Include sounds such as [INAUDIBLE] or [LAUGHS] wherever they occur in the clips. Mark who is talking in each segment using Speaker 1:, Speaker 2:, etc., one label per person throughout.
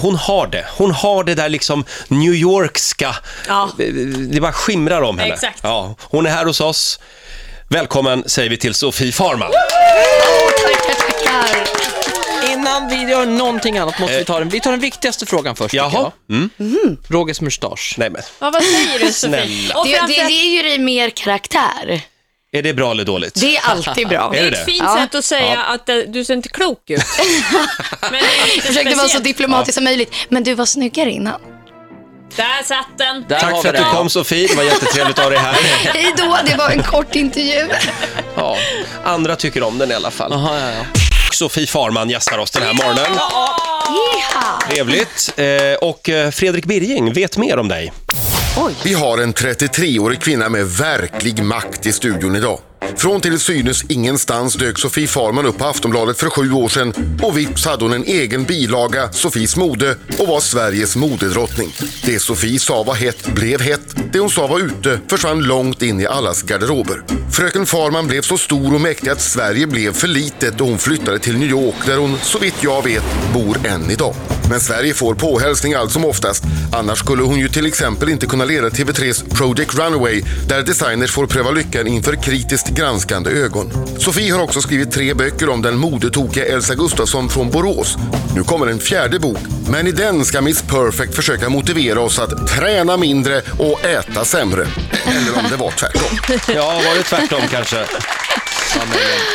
Speaker 1: hon har det. Hon har det där liksom New Yorkska.
Speaker 2: Ja.
Speaker 1: Det bara skimrar om henne.
Speaker 2: Exakt.
Speaker 1: Ja, hon är här hos oss. Välkommen säger vi till Sofie Farman.
Speaker 2: Tackar, tackar.
Speaker 3: Innan vi gör någonting annat måste vi ta den, vi tar den viktigaste frågan först. tycker
Speaker 1: Jaha. Mm.
Speaker 3: jag. Rogers mustasch.
Speaker 1: Nej men,
Speaker 2: Ja, vad säger du Sofie?
Speaker 1: Snälla.
Speaker 2: Och
Speaker 4: Det, det
Speaker 2: framförallt,
Speaker 4: ger ju dig mer karaktär.
Speaker 1: är det bra eller dåligt?
Speaker 4: Det är alltid bra. [LAUGHS]
Speaker 2: det
Speaker 1: Är
Speaker 2: är
Speaker 1: det
Speaker 2: ett
Speaker 1: det?
Speaker 2: fint
Speaker 4: Ja.
Speaker 2: sätt att säga att eh, du ser inte klok
Speaker 4: [LAUGHS]
Speaker 2: ut. Men det är lite
Speaker 4: Jag försökte vara så
Speaker 2: speciellt.
Speaker 4: diplomatisk som möjligt, men du var snyggare innan.
Speaker 2: Där satt den.
Speaker 3: Där har
Speaker 1: Tack
Speaker 3: vi
Speaker 1: för att du
Speaker 3: den.
Speaker 1: kom Sofie, det var jättetrevligt att ha dig
Speaker 4: [LAUGHS]
Speaker 1: här.
Speaker 4: Hej då, det var en kort intervju. [LAUGHS]
Speaker 1: Ja, andra tycker om den i alla fall.
Speaker 3: Jaha, ja,
Speaker 4: Mm,
Speaker 3: ja.
Speaker 1: Sofie Farman gästar oss den här morgonen.
Speaker 4: Yeeha.
Speaker 1: Trevligt. Eh, och eh, Fredrik Birging vet mer om dig.
Speaker 5: Vi har en 33-årig kvinna med verklig makt i studion idag. Från till synes ingenstans dök Sofie Farman upp på Aftonbladet för sju år sedan och vips hade hon en egen bilaga, Sofies mode, och var Sveriges modedrottning. Det Sofie sa var hett blev hett, det hon sa var ute försvann långt in i allas garderober. Fröken Farman blev så stor och mäktig att Sverige blev för litet och hon flyttade till New York där hon, så vitt jag vet, bor än idag. Men Sverige får påhälsning allt som oftast. Annars skulle hon ju till exempel inte kunna leda TV3s Project Runaway där designers får pröva lyckan inför kritiskt granskande ögon. Sofie har också skrivit tre böcker om den modetokiga Elsa Gustafsson från Borås. Nu kommer en fjärde bok, men i den ska Miss Perfect försöka motivera oss att träna mindre och äta sämre. Eller om det var tvärtom.
Speaker 1: Ja, var det tvärtom
Speaker 4: [LAUGHS]
Speaker 1: kanske?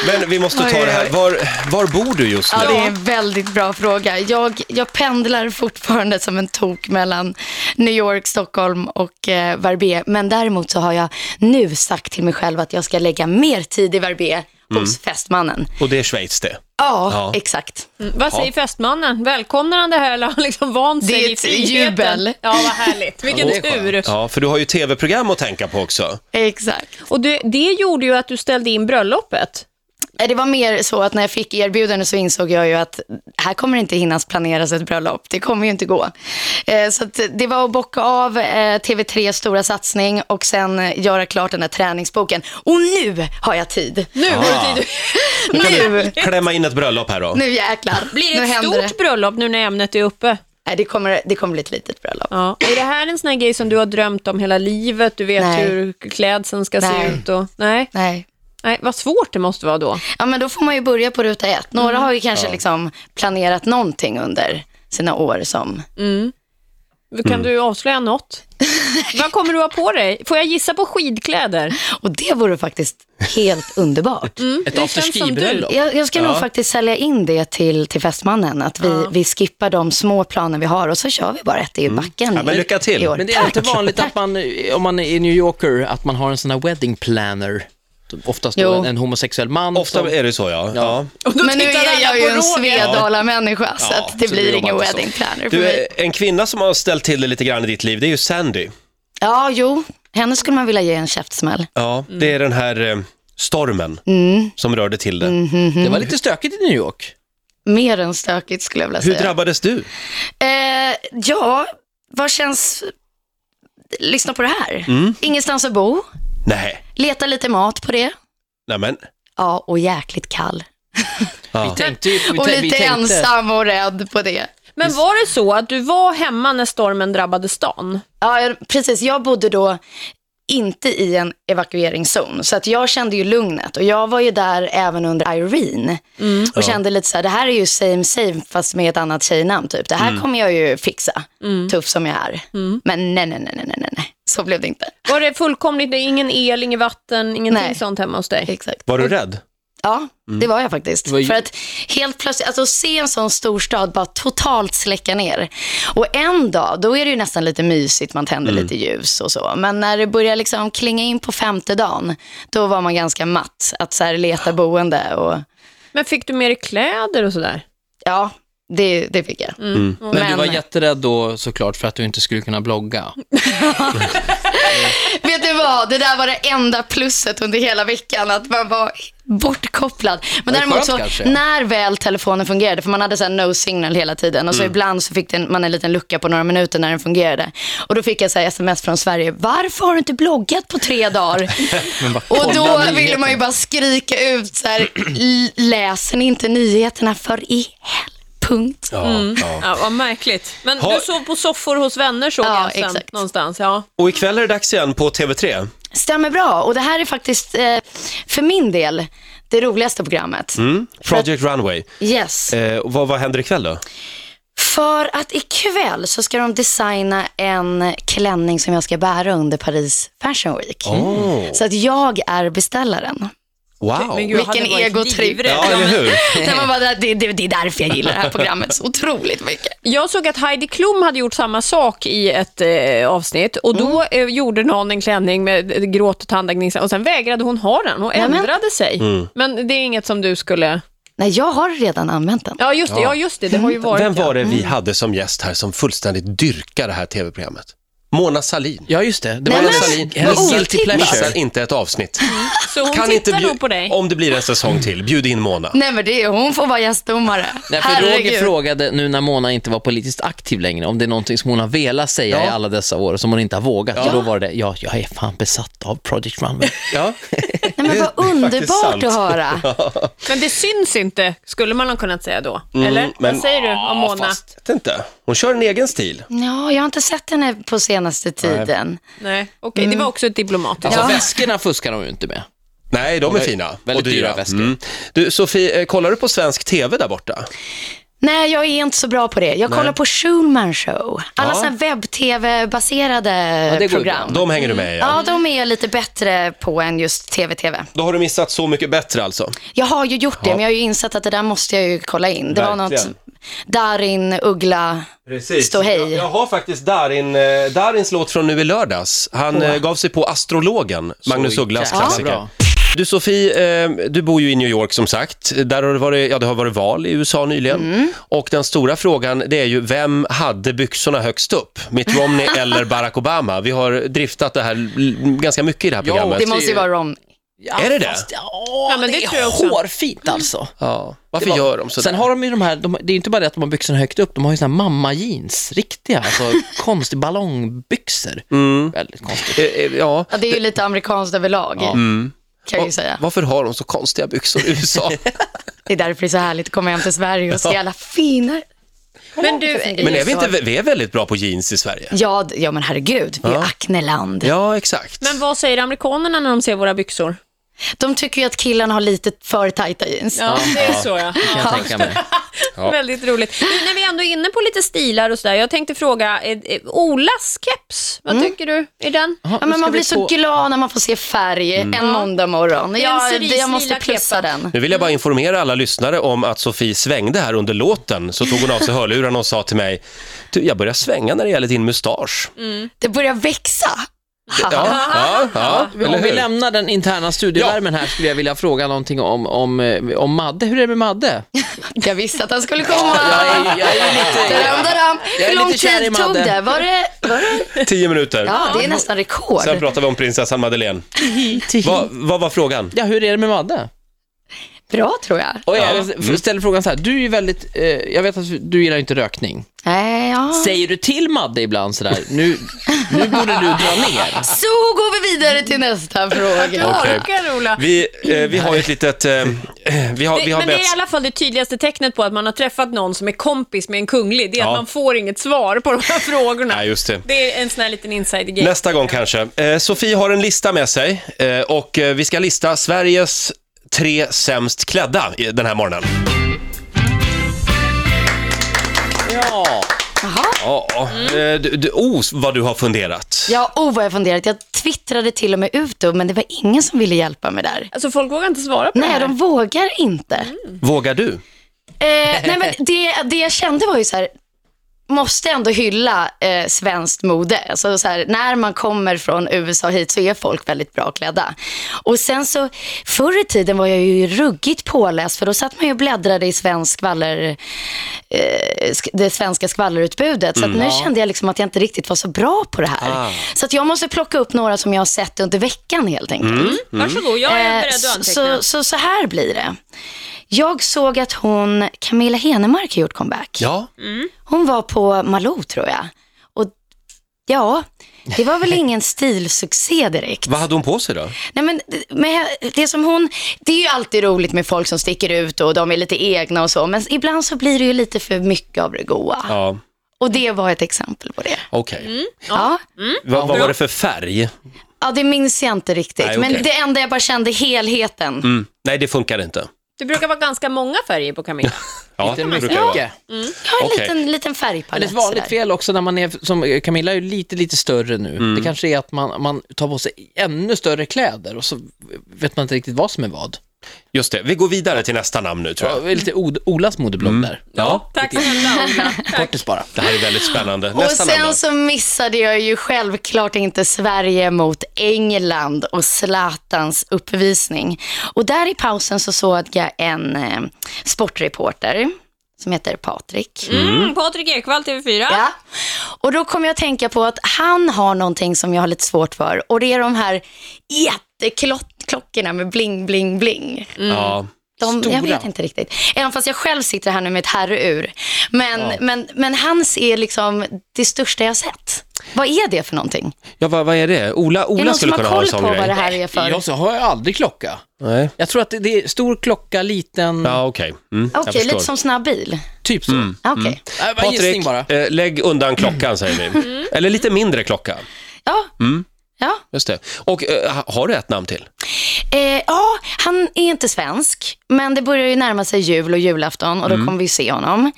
Speaker 1: Men vi måste ta det här. Var, var bor du just
Speaker 4: Ja,
Speaker 1: nu?
Speaker 4: det är en väldigt bra fråga. Jag, jag pendlar fortfarande som en tok mellan New York, Stockholm och eh, Verbier. Men däremot så har jag nu sagt till mig själv att jag ska lägga mer tid i Verbier hos fästmannen.
Speaker 1: Och det är Schweiz det.
Speaker 4: Ja,
Speaker 1: Ja.
Speaker 4: exakt.
Speaker 2: Mm, Vad säger fästmannen? Välkomnar han det här eller har han liksom vant sig
Speaker 4: Det är
Speaker 2: i
Speaker 4: ett
Speaker 2: friheten?
Speaker 4: jubel.
Speaker 2: Ja, vad härligt. Vilken
Speaker 3: det är skönt.
Speaker 2: tur.
Speaker 1: Ja, för du har ju tv-program att tänka på också.
Speaker 4: Exakt.
Speaker 2: Och du, det gjorde ju att du ställde in bröllopet.
Speaker 4: Eh, Det var mer så att när jag fick erbjudandet så insåg jag ju att här kommer det inte hinnas planeras ett bröllop. Det kommer ju inte gå. Eh, Så att det var att bocka av eh, TV3 stora satsning och sen eh, göra klart den här träningsboken. Och nu har jag tid.
Speaker 2: Nu har du tid.
Speaker 4: Nu,
Speaker 1: Klämma in ett bröllop här då.
Speaker 4: nu jäklar.
Speaker 2: Blir
Speaker 4: nu
Speaker 2: det ett
Speaker 4: händer
Speaker 2: stort bröllop nu när ämnet är uppe?
Speaker 4: Nej, det kommer, det kommer bli ett litet bröllop.
Speaker 2: Ja. Är det här en sån här grej som du har drömt om hela livet? Du vet
Speaker 4: Nej.
Speaker 2: hur klädseln ska
Speaker 4: Nej.
Speaker 2: se ut och... Nej.
Speaker 4: Nej.
Speaker 2: Nej, vad svårt det måste vara då.
Speaker 4: Ja, men då får man ju börja på ruta ett. Några
Speaker 2: Mm.
Speaker 4: har ju kanske liksom planerat någonting under sina år som...
Speaker 2: Kan du avslöja [LAUGHS] något? vad kommer du ha på dig? Får jag gissa på skidkläder?
Speaker 4: Och det vore faktiskt
Speaker 2: [LAUGHS]
Speaker 4: helt underbart.
Speaker 2: det
Speaker 3: Ett
Speaker 2: känns som
Speaker 3: afterski-bröllop.
Speaker 4: Jag, jag ska nog faktiskt sälja in det till, till fästmannen, att vi, vi skippar de små planer vi har och så kör vi bara ett i backen.
Speaker 1: Ja, men
Speaker 4: i-
Speaker 1: lycka till.
Speaker 4: i år.
Speaker 3: Men det är inte vanligt att man, om man är New Yorker, att man har en sån här wedding planner. Oftast då
Speaker 4: Jo.
Speaker 3: en, en homosexuell man.
Speaker 1: Ofta
Speaker 3: som,
Speaker 1: är det så ja. ja.
Speaker 4: Men nu
Speaker 2: tittar alla
Speaker 4: är jag ju
Speaker 2: på
Speaker 4: en
Speaker 2: Roger.
Speaker 4: Svedala-människa, så
Speaker 1: Ja,
Speaker 4: att det
Speaker 1: så
Speaker 4: blir
Speaker 1: jobbar
Speaker 4: ingen
Speaker 1: inte så.
Speaker 4: wedding planner för
Speaker 1: Du,
Speaker 4: mig.
Speaker 1: eh, en kvinna som har ställt till det lite grann i ditt liv, det är ju Sandy.
Speaker 4: Ja, jo, henne skulle man vilja ge en käftsmäll.
Speaker 1: Ja, det är den här eh, stormen som rörde till det. Mhm.
Speaker 3: Det var lite stökigt i New York.
Speaker 4: Mer än stökigt skulle jag vilja
Speaker 1: Hur
Speaker 4: säga.
Speaker 1: drabbades du?
Speaker 4: Eh, ja, vad känns... Lyssna på det här. Ingenstans att bo,
Speaker 1: Nej,
Speaker 4: leta lite mat på det.
Speaker 1: nej men.
Speaker 4: Ja, och jäkligt kall.
Speaker 1: Ja.
Speaker 3: Vi tänkte, ju- vi,
Speaker 4: Och
Speaker 3: tän- vi
Speaker 4: lite
Speaker 3: tänkte,
Speaker 4: ensam och rädd på det.
Speaker 2: Men var det så att du var hemma när stormen drabbade stan?
Speaker 4: Ja, jag- precis. Jag bodde då inte i en evakueringszon, så att jag kände ju lugnet. Och jag var ju där även under Irene och kände lite så här, det här är ju same same fast med ett annat tjejnamn typ. Det här kommer jag ju fixa, tuff som jag är. Men nej, nej, nej, nej, nej, nej, så blev det inte.
Speaker 2: Var det fullkomligt, det är ingen el, inget vatten, ingenting
Speaker 4: Nej.
Speaker 2: sånt hemma hos dig?
Speaker 4: Exakt.
Speaker 1: Var du rädd?
Speaker 4: Ja, det var jag faktiskt.
Speaker 3: Mm. var ju-
Speaker 4: För att helt plötsligt, alltså att se en sån storstad bara totalt släcka ner. Och en dag, då är det ju nästan lite mysigt, man tänder
Speaker 3: Mm.
Speaker 4: lite ljus och så. Men när det börjar liksom klinga in på femte dagen, då var man ganska matt att så här leta boende och
Speaker 2: Men fick du med dig kläder och sådär?
Speaker 4: ja, det, det fick jag.
Speaker 3: men, du var
Speaker 4: Men-
Speaker 3: jätterädd då såklart för att du inte skulle kunna blogga.
Speaker 4: Vet du vad, det där var det enda plusset under hela veckan, att man var bortkopplad. Men
Speaker 3: Det är
Speaker 4: däremot
Speaker 3: skönt
Speaker 4: så,
Speaker 3: kanske.
Speaker 4: när väl telefonen fungerade, för man hade så här no signal hela tiden och
Speaker 3: Mm.
Speaker 4: så ibland så fick den, man en liten lucka på några minuter när den fungerade. Och då fick jag så här sms från Sverige, varför har du inte bloggat på tre
Speaker 3: [LAUGHS]
Speaker 4: dagar? och då
Speaker 3: kolla
Speaker 4: ville man ju bara skrika ut så här, "L- läser ni inte nyheterna för i helvete? Punkt.
Speaker 1: Ja, ja.
Speaker 2: Ja, vad märkligt. Men
Speaker 1: Ha-
Speaker 2: du sov på soffor hos vänner såg
Speaker 4: Ja,
Speaker 2: jag sen
Speaker 4: exakt.
Speaker 2: någonstans. Ja.
Speaker 1: Och ikväll är det dags igen på TV3.
Speaker 4: Stämmer bra. Och det här är faktiskt, eh, för min del, det roligaste programmet.
Speaker 1: Mm. Project Runway.
Speaker 4: Yes.
Speaker 1: Eh, och vad, vad händer ikväll då?
Speaker 4: För att ikväll så ska de designa en klänning som jag ska bära under Paris Fashion Week.
Speaker 1: Mm. Åh,
Speaker 4: Så att jag är beställaren.
Speaker 1: wow.
Speaker 2: jag hade
Speaker 4: Vilken
Speaker 2: varit
Speaker 4: egotripp.
Speaker 2: livrädd.
Speaker 1: Ja, eller hur?
Speaker 4: När [LAUGHS] man bara, det, det, det är därför jag gillar det här programmet så otroligt mycket.
Speaker 2: Jag såg att Heidi Klum hade gjort samma sak i ett eh, avsnitt och då eh, gjorde någon en klänning med eh, gråt och tandagning och sen vägrade hon ha den och
Speaker 4: Nämen.
Speaker 2: ändrade sig. Men det är inget som du skulle...
Speaker 4: Nej, jag har redan använt den.
Speaker 2: Ja, just det. Ja. just det. Det har ju varit...
Speaker 1: Vem var det
Speaker 2: ja.
Speaker 1: vi hade som gäst här som fullständigt dyrkar det här TV-programmet? Mona Sahlin.
Speaker 3: Ja, just det. Det
Speaker 4: Nej,
Speaker 3: var
Speaker 4: men-
Speaker 3: hennes- hennes
Speaker 4: vad
Speaker 3: guilty
Speaker 4: otippat.
Speaker 3: pleasure.
Speaker 1: Missar inte ett avsnitt.
Speaker 2: Så hon tittar
Speaker 1: bju-
Speaker 2: nog på dig. Mm,
Speaker 1: Om det blir en säsong till, bjud in Mona.
Speaker 4: Nej men det, är- hon får vara gästdomare.
Speaker 3: Nej, för Roger frågade, nu när Mona inte var politiskt aktiv längre, om det är någonting som hon har velat säga
Speaker 1: Ja.
Speaker 3: i alla dessa år som hon inte har vågat. Och då var det, ja, jag är fan besatt av Project Runway.
Speaker 1: Ja.
Speaker 4: Nej, men
Speaker 1: Det- det är
Speaker 4: vad
Speaker 1: faktiskt
Speaker 4: underbart
Speaker 1: sant. [LAUGHS]
Speaker 4: att höra.
Speaker 2: Men det syns inte, skulle man ha kunnat säga då.
Speaker 1: Mm,
Speaker 2: Eller?
Speaker 1: men-
Speaker 2: Vad säger du om
Speaker 1: Ja,
Speaker 2: Mona?
Speaker 1: fast jag vet inte. Hon kör en egen stil.
Speaker 4: Ja, jag har inte sett henne på senaste tiden.
Speaker 2: Nej, okej.
Speaker 1: Mm.
Speaker 2: Det var också ett diplomatiskt.
Speaker 3: Alltså
Speaker 4: Ja.
Speaker 3: väskorna fuskar de ju inte med.
Speaker 1: Nej, de är fina.
Speaker 3: väldigt
Speaker 1: och dyra. Mm.
Speaker 3: dyra väskor.
Speaker 1: Du, Sofie, eh, kollar du på svensk TV där borta?
Speaker 4: Nej, jag är inte så bra på det. Jag kollar på Schulman show. Alla
Speaker 1: Ja.
Speaker 4: såna webb-tv-baserade
Speaker 3: går ju bra.
Speaker 4: program.
Speaker 1: De hänger du med i, ja.
Speaker 4: Ja, de är jag lite bättre på än just tv-tv.
Speaker 1: Då har du missat Så mycket bättre alltså.
Speaker 4: Jag har ju gjort det, men jag har ju insett att det där måste jag ju kolla in. Det var
Speaker 1: Verkligen.
Speaker 4: något Darin, Uggla, Ståhej.
Speaker 1: Jag, jag har faktiskt Darin, eh, Darins låt från nu i lördags. Han eh, gav sig på Astrologen, Magnus
Speaker 3: Så
Speaker 1: Ugglas
Speaker 3: jäkla
Speaker 1: klassiker.
Speaker 3: bra.
Speaker 1: Du Sofie, eh, du bor ju i New York som sagt. Där har det varit, ja, det har varit val i USA nyligen. Och den stora frågan det är ju, vem hade byxorna högst upp? Mitt Romney eller Barack Obama? Vi har driftat det här l- ganska mycket i det här
Speaker 3: Ja,
Speaker 1: programmet.
Speaker 4: det måste ju vara Romney.
Speaker 3: Ja,
Speaker 1: Är det det?
Speaker 3: fast- ja,
Speaker 2: Ja, men
Speaker 3: det,
Speaker 2: det tror
Speaker 3: är
Speaker 2: jag också.
Speaker 3: hårfint alltså.
Speaker 1: Ja. Varför
Speaker 3: Det var-
Speaker 1: gör de sådär?
Speaker 3: Sen har de ju de här, de, det är ju inte bara det att de har byxorna högt upp, de har ju såna här mamma-jeans, riktiga, alltså konstiga ballongbyxor. Väldigt konstigt.
Speaker 1: Eh, eh, Ja.
Speaker 4: Ja, det är ju lite amerikanskt överlag, kan jag
Speaker 1: Mm.
Speaker 4: ju säga.
Speaker 1: Varför har de så konstiga byxor i USA?
Speaker 4: Det är därför det är så härligt att komma hem till Sverige och se alla fina...
Speaker 2: Men du,
Speaker 1: Men är vi inte vi är väldigt bra på jeans i Sverige?
Speaker 4: Ja, d- ja men herregud, vi är Acneland.
Speaker 1: Ja, exakt.
Speaker 2: men vad säger amerikanerna när de ser våra byxor?
Speaker 4: De tycker ju att killarna har lite för tajta jeans.
Speaker 2: Ja, det är så ja.
Speaker 3: Kan jag tänka mig.
Speaker 2: Väldigt roligt. Nu, när vi ändå är inne på lite stilar och sådär, jag tänkte fråga, eh, eh, Olas keps,
Speaker 1: Mm.
Speaker 2: vad tycker du? Är den?
Speaker 3: Jaha,
Speaker 4: Ja,
Speaker 3: nu
Speaker 4: men
Speaker 3: ska
Speaker 4: man
Speaker 3: vi
Speaker 4: blir så
Speaker 3: på-
Speaker 4: glad när man får se färg en måndag morgon.
Speaker 2: är en
Speaker 4: Ja,
Speaker 2: cerise
Speaker 4: jag måste
Speaker 2: lila
Speaker 4: plussa
Speaker 2: kepa.
Speaker 4: den.
Speaker 1: Nu vill jag bara informera alla lyssnare om att Sofie svängde här under låten. Så tog hon av sig hörlurarna och sa till mig, du, jag börjar svänga när det gäller din mustasch.
Speaker 2: Mm.
Speaker 4: Det börjar växa.
Speaker 1: Ja,
Speaker 2: [LAUGHS]
Speaker 1: ja, ja, eller
Speaker 3: Om vi
Speaker 1: hur?
Speaker 3: lämnar den interna studievärmen här skulle jag vilja fråga någonting om, om, eh, om Madde. Hur är det med Madde?
Speaker 4: Jag visste att han skulle komma.
Speaker 3: Jag är, jag är
Speaker 4: Daram,
Speaker 3: lite...
Speaker 4: daram.
Speaker 3: Jag är
Speaker 4: Hur lång
Speaker 3: lite kär i
Speaker 4: tid tog
Speaker 3: Madde.
Speaker 4: det? Var det?
Speaker 1: Tio minuter.
Speaker 4: Ja, det är nästan rekord.
Speaker 1: Sen pratar vi om prinsessan Madeleine. Vad, vad var frågan?
Speaker 3: Ja, hur är det med Madde?
Speaker 4: Bra tror jag.
Speaker 3: Och jag
Speaker 1: Mm.
Speaker 3: ställer frågan så här, du är ju väldigt, eh, jag vet att du gillar inte rökning.
Speaker 4: Nej, Eh, ja.
Speaker 3: Säger du till Madde ibland sådär, nu, nu borde du dra ner?
Speaker 4: Så går vi vidare till nästa
Speaker 3: [LAUGHS]
Speaker 4: fråga.
Speaker 1: Okej.
Speaker 2: Orkar Ola?
Speaker 1: Vi, eh, vi har ju ett litet... Eh, vi har, vi
Speaker 2: Det,
Speaker 1: har
Speaker 2: men det är i
Speaker 1: bett-
Speaker 2: alla fall det tydligaste tecknet på att man har träffat någon som är kompis med en kunglig. Det är
Speaker 1: Ja.
Speaker 2: att man får inget svar på de här frågorna.
Speaker 1: Nej, just det.
Speaker 2: Det är en sån här liten insider-grej.
Speaker 1: Nästa gång kanske. Eh, Sofie har en lista med sig eh, och eh, vi ska lista Sveriges tre sämst klädda i- den här morgonen.
Speaker 3: Ja.
Speaker 1: Ja, eh, du, du, oh, vad du har funderat.
Speaker 4: Ja, oh vad jag funderat. Jag twittrade till och med ut då, men det var ingen som ville hjälpa mig där.
Speaker 2: Alltså folk vågar inte svara på det
Speaker 4: Nej,
Speaker 2: här.
Speaker 4: de vågar inte.
Speaker 1: Vågar du?
Speaker 4: Eh, nej, men det, det jag kände var ju så här, måste ändå hylla eh, svenskt mode. Alltså, så här, när man kommer från USA hit så är folk väldigt bra klädda. Och sen så, förr i tiden var jag ju ruggigt påläst för då satt man ju och bläddrade i svensk skvaller, eh, sk- det svenska skvallerutbudet. Så att nu kände jag liksom att jag inte riktigt var så bra på det här. Så att jag måste plocka upp några som jag har sett under veckan helt enkelt.
Speaker 2: Mm. Varsågod, jag är
Speaker 4: Eh,
Speaker 2: beredd att anteckna.
Speaker 4: så, så, så här blir det. Jag såg att hon,
Speaker 1: Mm.
Speaker 4: Camilla Henemark har gjort comeback.
Speaker 1: Ja.
Speaker 4: Hon var på Malou tror jag. Och Ja, det
Speaker 1: [LAUGHS]
Speaker 4: var väl ingen stilsuccé direkt.
Speaker 1: Vad hade hon på sig då?
Speaker 4: Nej, men, men det, som hon, det är ju alltid roligt med folk som sticker ut och de är lite egna och så, men ibland så blir det ju lite för mycket av det goa.
Speaker 1: Ja,
Speaker 4: Och det var ett exempel på det.
Speaker 1: okej.
Speaker 4: Mm. Ja.
Speaker 1: Vad, vad var det för färg?
Speaker 4: ja, det minns jag inte riktigt,
Speaker 1: Nej, okej.
Speaker 4: men det enda jag bara kände helheten.
Speaker 1: Mm. Nej, det funkar inte.
Speaker 2: Det brukar vara ganska många färger på Camilla.
Speaker 1: Ja,
Speaker 3: Inte
Speaker 1: det brukar det vara.
Speaker 3: mycket.
Speaker 4: Jag har en
Speaker 1: Okej.
Speaker 4: liten, liten
Speaker 3: Men det är
Speaker 4: färgpalett.
Speaker 3: ett vanligt
Speaker 4: sådär.
Speaker 3: fel också när man är, som eh, Camilla är ju lite, lite större nu.
Speaker 1: Mm.
Speaker 3: Det kanske är att man, man tar på sig ännu större kläder och så vet man inte riktigt vad som är vad.
Speaker 1: Just det, vi går vidare till nästa namn nu tror
Speaker 3: Ja,
Speaker 1: jag.
Speaker 3: det är lite Od- Olas modeblogg
Speaker 1: Mm.
Speaker 3: där.
Speaker 1: Ja,
Speaker 2: Tack snälla Ola. Tack.
Speaker 3: Kortis bara.
Speaker 1: det här är väldigt spännande.
Speaker 4: Och
Speaker 1: Nästa namn
Speaker 4: sen
Speaker 1: då?
Speaker 4: så missade jag ju självklart inte Sverige mot England och Zlatans uppvisning. Och där i pausen så såg jag en eh, sportreporter som heter Patrik.
Speaker 2: Mm, Patrik Ekwall, TV4.
Speaker 4: Ja. Och då kom jag att tänka på att han har någonting som jag har lite svårt för och det är de här jätteklockorna med bling, bling, bling.
Speaker 1: Ja.
Speaker 4: De, jag
Speaker 3: Stora.
Speaker 4: vet inte riktigt. Även fast jag själv sitter här nu med ett herrur. Men, men, men hans är liksom det största jag sett. Vad är det för någonting?
Speaker 1: Ja, vad, vad är det? Ola,
Speaker 4: Är det
Speaker 1: Ola
Speaker 4: någon
Speaker 1: skulle
Speaker 4: som
Speaker 1: kunna
Speaker 4: har
Speaker 1: ha en
Speaker 4: koll på
Speaker 1: sån
Speaker 4: vad
Speaker 1: grej.
Speaker 4: det här är för?
Speaker 3: Jag så har jag aldrig klocka.
Speaker 1: Nej.
Speaker 3: Jag tror att det, det är stor klocka, liten,
Speaker 1: Ja, okej. Mm, jag
Speaker 4: Okej,
Speaker 1: förstår.
Speaker 4: lite som snabbbil.
Speaker 3: typ så. Mm.
Speaker 4: Okej.
Speaker 3: Äh, bara en gissning
Speaker 1: Patrik,
Speaker 3: bara.
Speaker 1: eh, lägg undan klockan säger vi.
Speaker 4: Mm.
Speaker 1: Eller lite mindre klocka.
Speaker 4: Ja.
Speaker 1: Mm.
Speaker 4: Ja.
Speaker 1: Just det. Och eh, ha- har du ett namn till?
Speaker 4: Eh, ja, han är inte svensk, men det börjar ju närma sig jul och julafton och då
Speaker 1: Mm.
Speaker 4: kommer vi se honom.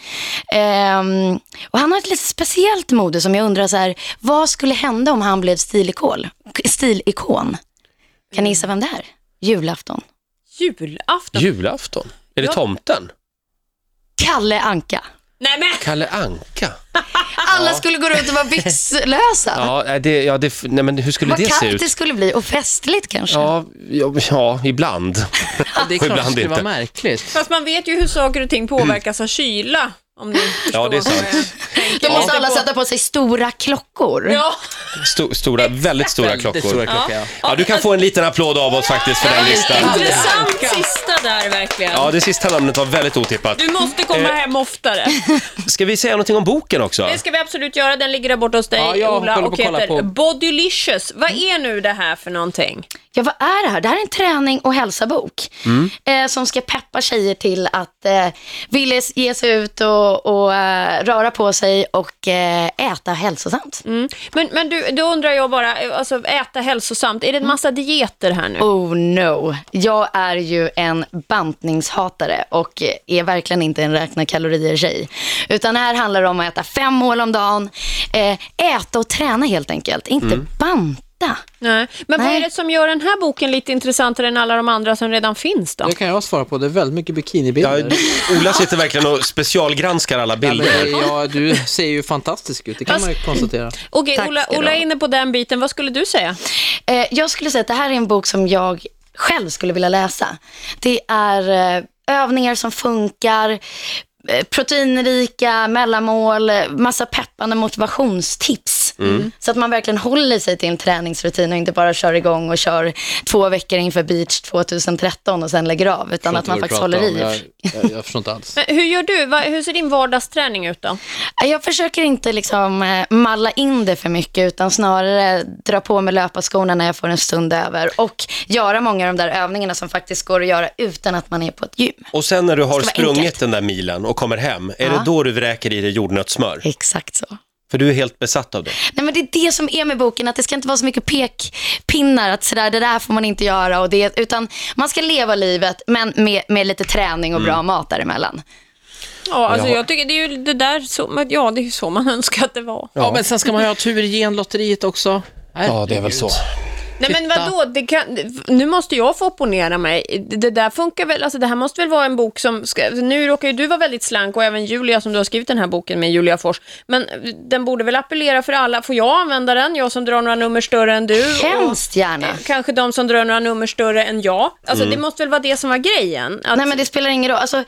Speaker 4: Ehm, och han har ett lite speciellt mode som jag undrar så här, vad skulle hända om han blev stilikol, stilikon? Kan ni gissa vem det är? Julafton.
Speaker 2: Julafton.
Speaker 1: Julafton? Är det
Speaker 2: Ja.
Speaker 1: tomten?
Speaker 4: Kalle Anka.
Speaker 2: Nej men!
Speaker 1: Kalle Anka?
Speaker 4: Alla skulle gå runt och vara byxlösa.
Speaker 1: [LAUGHS] Ja, nej, det, ja det, nej, men hur skulle
Speaker 4: Vad
Speaker 1: det se
Speaker 4: kallt
Speaker 1: ut?
Speaker 4: det skulle bli och festligt kanske.
Speaker 1: Ja, ja, ja, ibland.
Speaker 3: Det är
Speaker 1: ibland
Speaker 3: klart det skulle vara
Speaker 1: inte.
Speaker 3: märkligt.
Speaker 2: Fast man vet ju hur saker och ting påverkas av kyla. Om ni förstår
Speaker 1: det är sant.
Speaker 2: vad jag tänker.
Speaker 4: Då måste
Speaker 2: Ja.
Speaker 4: alla sätta på sig stora klockor.
Speaker 2: Ja,
Speaker 1: Sto- stora, väldigt stora
Speaker 3: Väldigt
Speaker 1: klockor.
Speaker 3: stora klockor, ja.
Speaker 1: Ja, du kan få en liten applåd av oss faktiskt för den listan.
Speaker 2: intressant sista där verkligen.
Speaker 1: Ja, det sista namnet var väldigt otippat.
Speaker 2: Du måste komma
Speaker 1: Eh.
Speaker 2: hem oftare.
Speaker 1: Ska vi säga någonting om boken också?
Speaker 2: Det ska vi absolut göra. Den ligger där borta hos dig,
Speaker 3: Ja, jag
Speaker 2: Ola,
Speaker 3: håller på
Speaker 2: och
Speaker 3: att kolla
Speaker 2: heter
Speaker 3: på-
Speaker 2: Bodylicious. Vad är nu det här för någonting?
Speaker 4: Ja, vad är det här? Det här är en träning och hälsobok eh, som ska peppa tjejer till att eh, vilja ge sig ut och, och eh, röra på sig och eh, äta hälsosamt.
Speaker 2: Men, men du, då undrar jag bara, eh, alltså äta hälsosamt, är det en massa dieter här nu?
Speaker 4: Oh no, jag är ju en bantningshatare och är verkligen inte en räkna kalorier-tjej. Utan här handlar det om att äta fem mål om dagen, eh, äta och träna helt enkelt, inte banta.
Speaker 2: Nej. Men vad
Speaker 4: Nej.
Speaker 2: är det som gör den här boken lite intressantare än alla de andra som redan finns då?
Speaker 3: Det kan jag svara på. Det är väldigt mycket
Speaker 1: Ja,
Speaker 3: bikinibilder.
Speaker 1: Ola sitter verkligen och specialgranskar alla
Speaker 3: Ja, men
Speaker 1: bilder.
Speaker 3: det- ja, du ser ju fantastisk ut, det kan man ju
Speaker 4: [LAUGHS]
Speaker 3: konstatera.
Speaker 2: Okej,
Speaker 4: Tack
Speaker 2: Ola,
Speaker 4: ska du
Speaker 2: Ola
Speaker 4: ha.
Speaker 2: är inne på den biten. Vad skulle du säga?
Speaker 4: Eh, jag skulle säga att det här är en bok som jag själv skulle vilja läsa. Det är eh, övningar som funkar, eh, proteinrika mellanmål, eh, massa peppande motivationstips. Så att man verkligen håller sig till en träningsrutin och inte bara kör igång och kör två veckor inför beach 2013 och sen lägger av, utan att man faktiskt håller i.
Speaker 3: Jag, jag, jag förstår inte alls.
Speaker 2: Men hur gör du? Va- Hur ser din vardagsträning ut då?
Speaker 4: Jag försöker inte liksom eh, malla in det för mycket utan snarare dra på mig löparskorna när jag får en stund över och göra många av de där övningarna som faktiskt går att göra utan att man är på ett gym.
Speaker 1: Och sen när du har
Speaker 4: Det ska vara
Speaker 1: sprungit
Speaker 4: enkelt.
Speaker 1: den där milen och kommer hem, är
Speaker 4: Ja.
Speaker 1: det då du vräker i dig jordnötssmör?
Speaker 4: Exakt så.
Speaker 1: För du är helt besatt av det.
Speaker 4: Nej, men det är det som är med boken, att det ska inte vara så mycket pekpinnar, att sådär, det där får man inte göra, och det, utan man ska leva livet, men med, med lite träning och bra mat däremellan.
Speaker 2: Ja, alltså
Speaker 1: Jag har-
Speaker 2: jag tycker det är ju det där som, ja, det är ju så man [LAUGHS] önskar att det var.
Speaker 3: Ja, men sen ska man ju ha tur i genlotteriet också.
Speaker 2: Nej men vadå, det kan, nu måste jag få opponera mig. Det där funkar väl, alltså det här måste väl vara en bok som, ska, alltså, nu råkar ju du vara väldigt slank och även Julia som du har skrivit den här boken med, Julia Fors, men eh, den borde väl appellera för alla. Får jag använda den, jag som drar några nummer större än du?
Speaker 4: Hemskt gärna. Mm.
Speaker 2: Och, kanske de som drar några nummer större än jag. Alltså det måste väl vara det som var grejen? Att,
Speaker 4: Nej, men det spelar ingen roll. Alltså,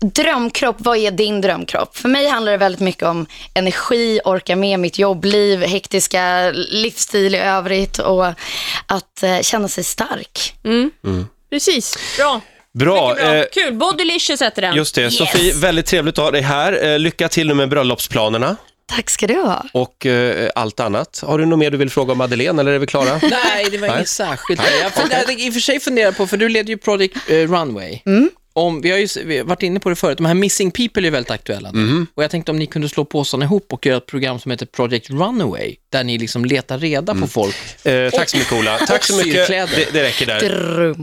Speaker 4: drömkropp, vad är din drömkropp? För mig handlar det väldigt mycket om energi, orka med mitt jobbliv, hektiska livsstil i övrigt och att eh, känna sig stark.
Speaker 2: Precis, bra.
Speaker 1: Bra.
Speaker 2: Mycket bra.
Speaker 1: Eh,
Speaker 2: Kul, Bodylicious heter den.
Speaker 1: just det. Sofie, väldigt trevligt att ha dig här. Eh, lycka till nu med bröllopsplanerna.
Speaker 4: Tack ska du ha.
Speaker 1: och eh, allt annat. Har du något mer du vill fråga om Madeleine eller är vi klara?
Speaker 3: Nej, det var
Speaker 1: Nej.
Speaker 3: inget särskilt. Jag funderade, i och för sig funderar på, för du leder ju Project eh, Runway. Om, vi har ju s- vi har varit inne på det förut, de här Missing People är ju väldigt aktuella nu.
Speaker 1: Mm-hmm.
Speaker 3: Och jag tänkte om ni kunde slå påsarna ihop och göra ett program som heter Project Runway, där
Speaker 1: Mm.
Speaker 3: ni liksom letar reda på folk.
Speaker 1: Eh, tack så mycket Ola. Tack så mycket.
Speaker 3: syrkläder.
Speaker 1: Det, det räcker där.
Speaker 4: Drum.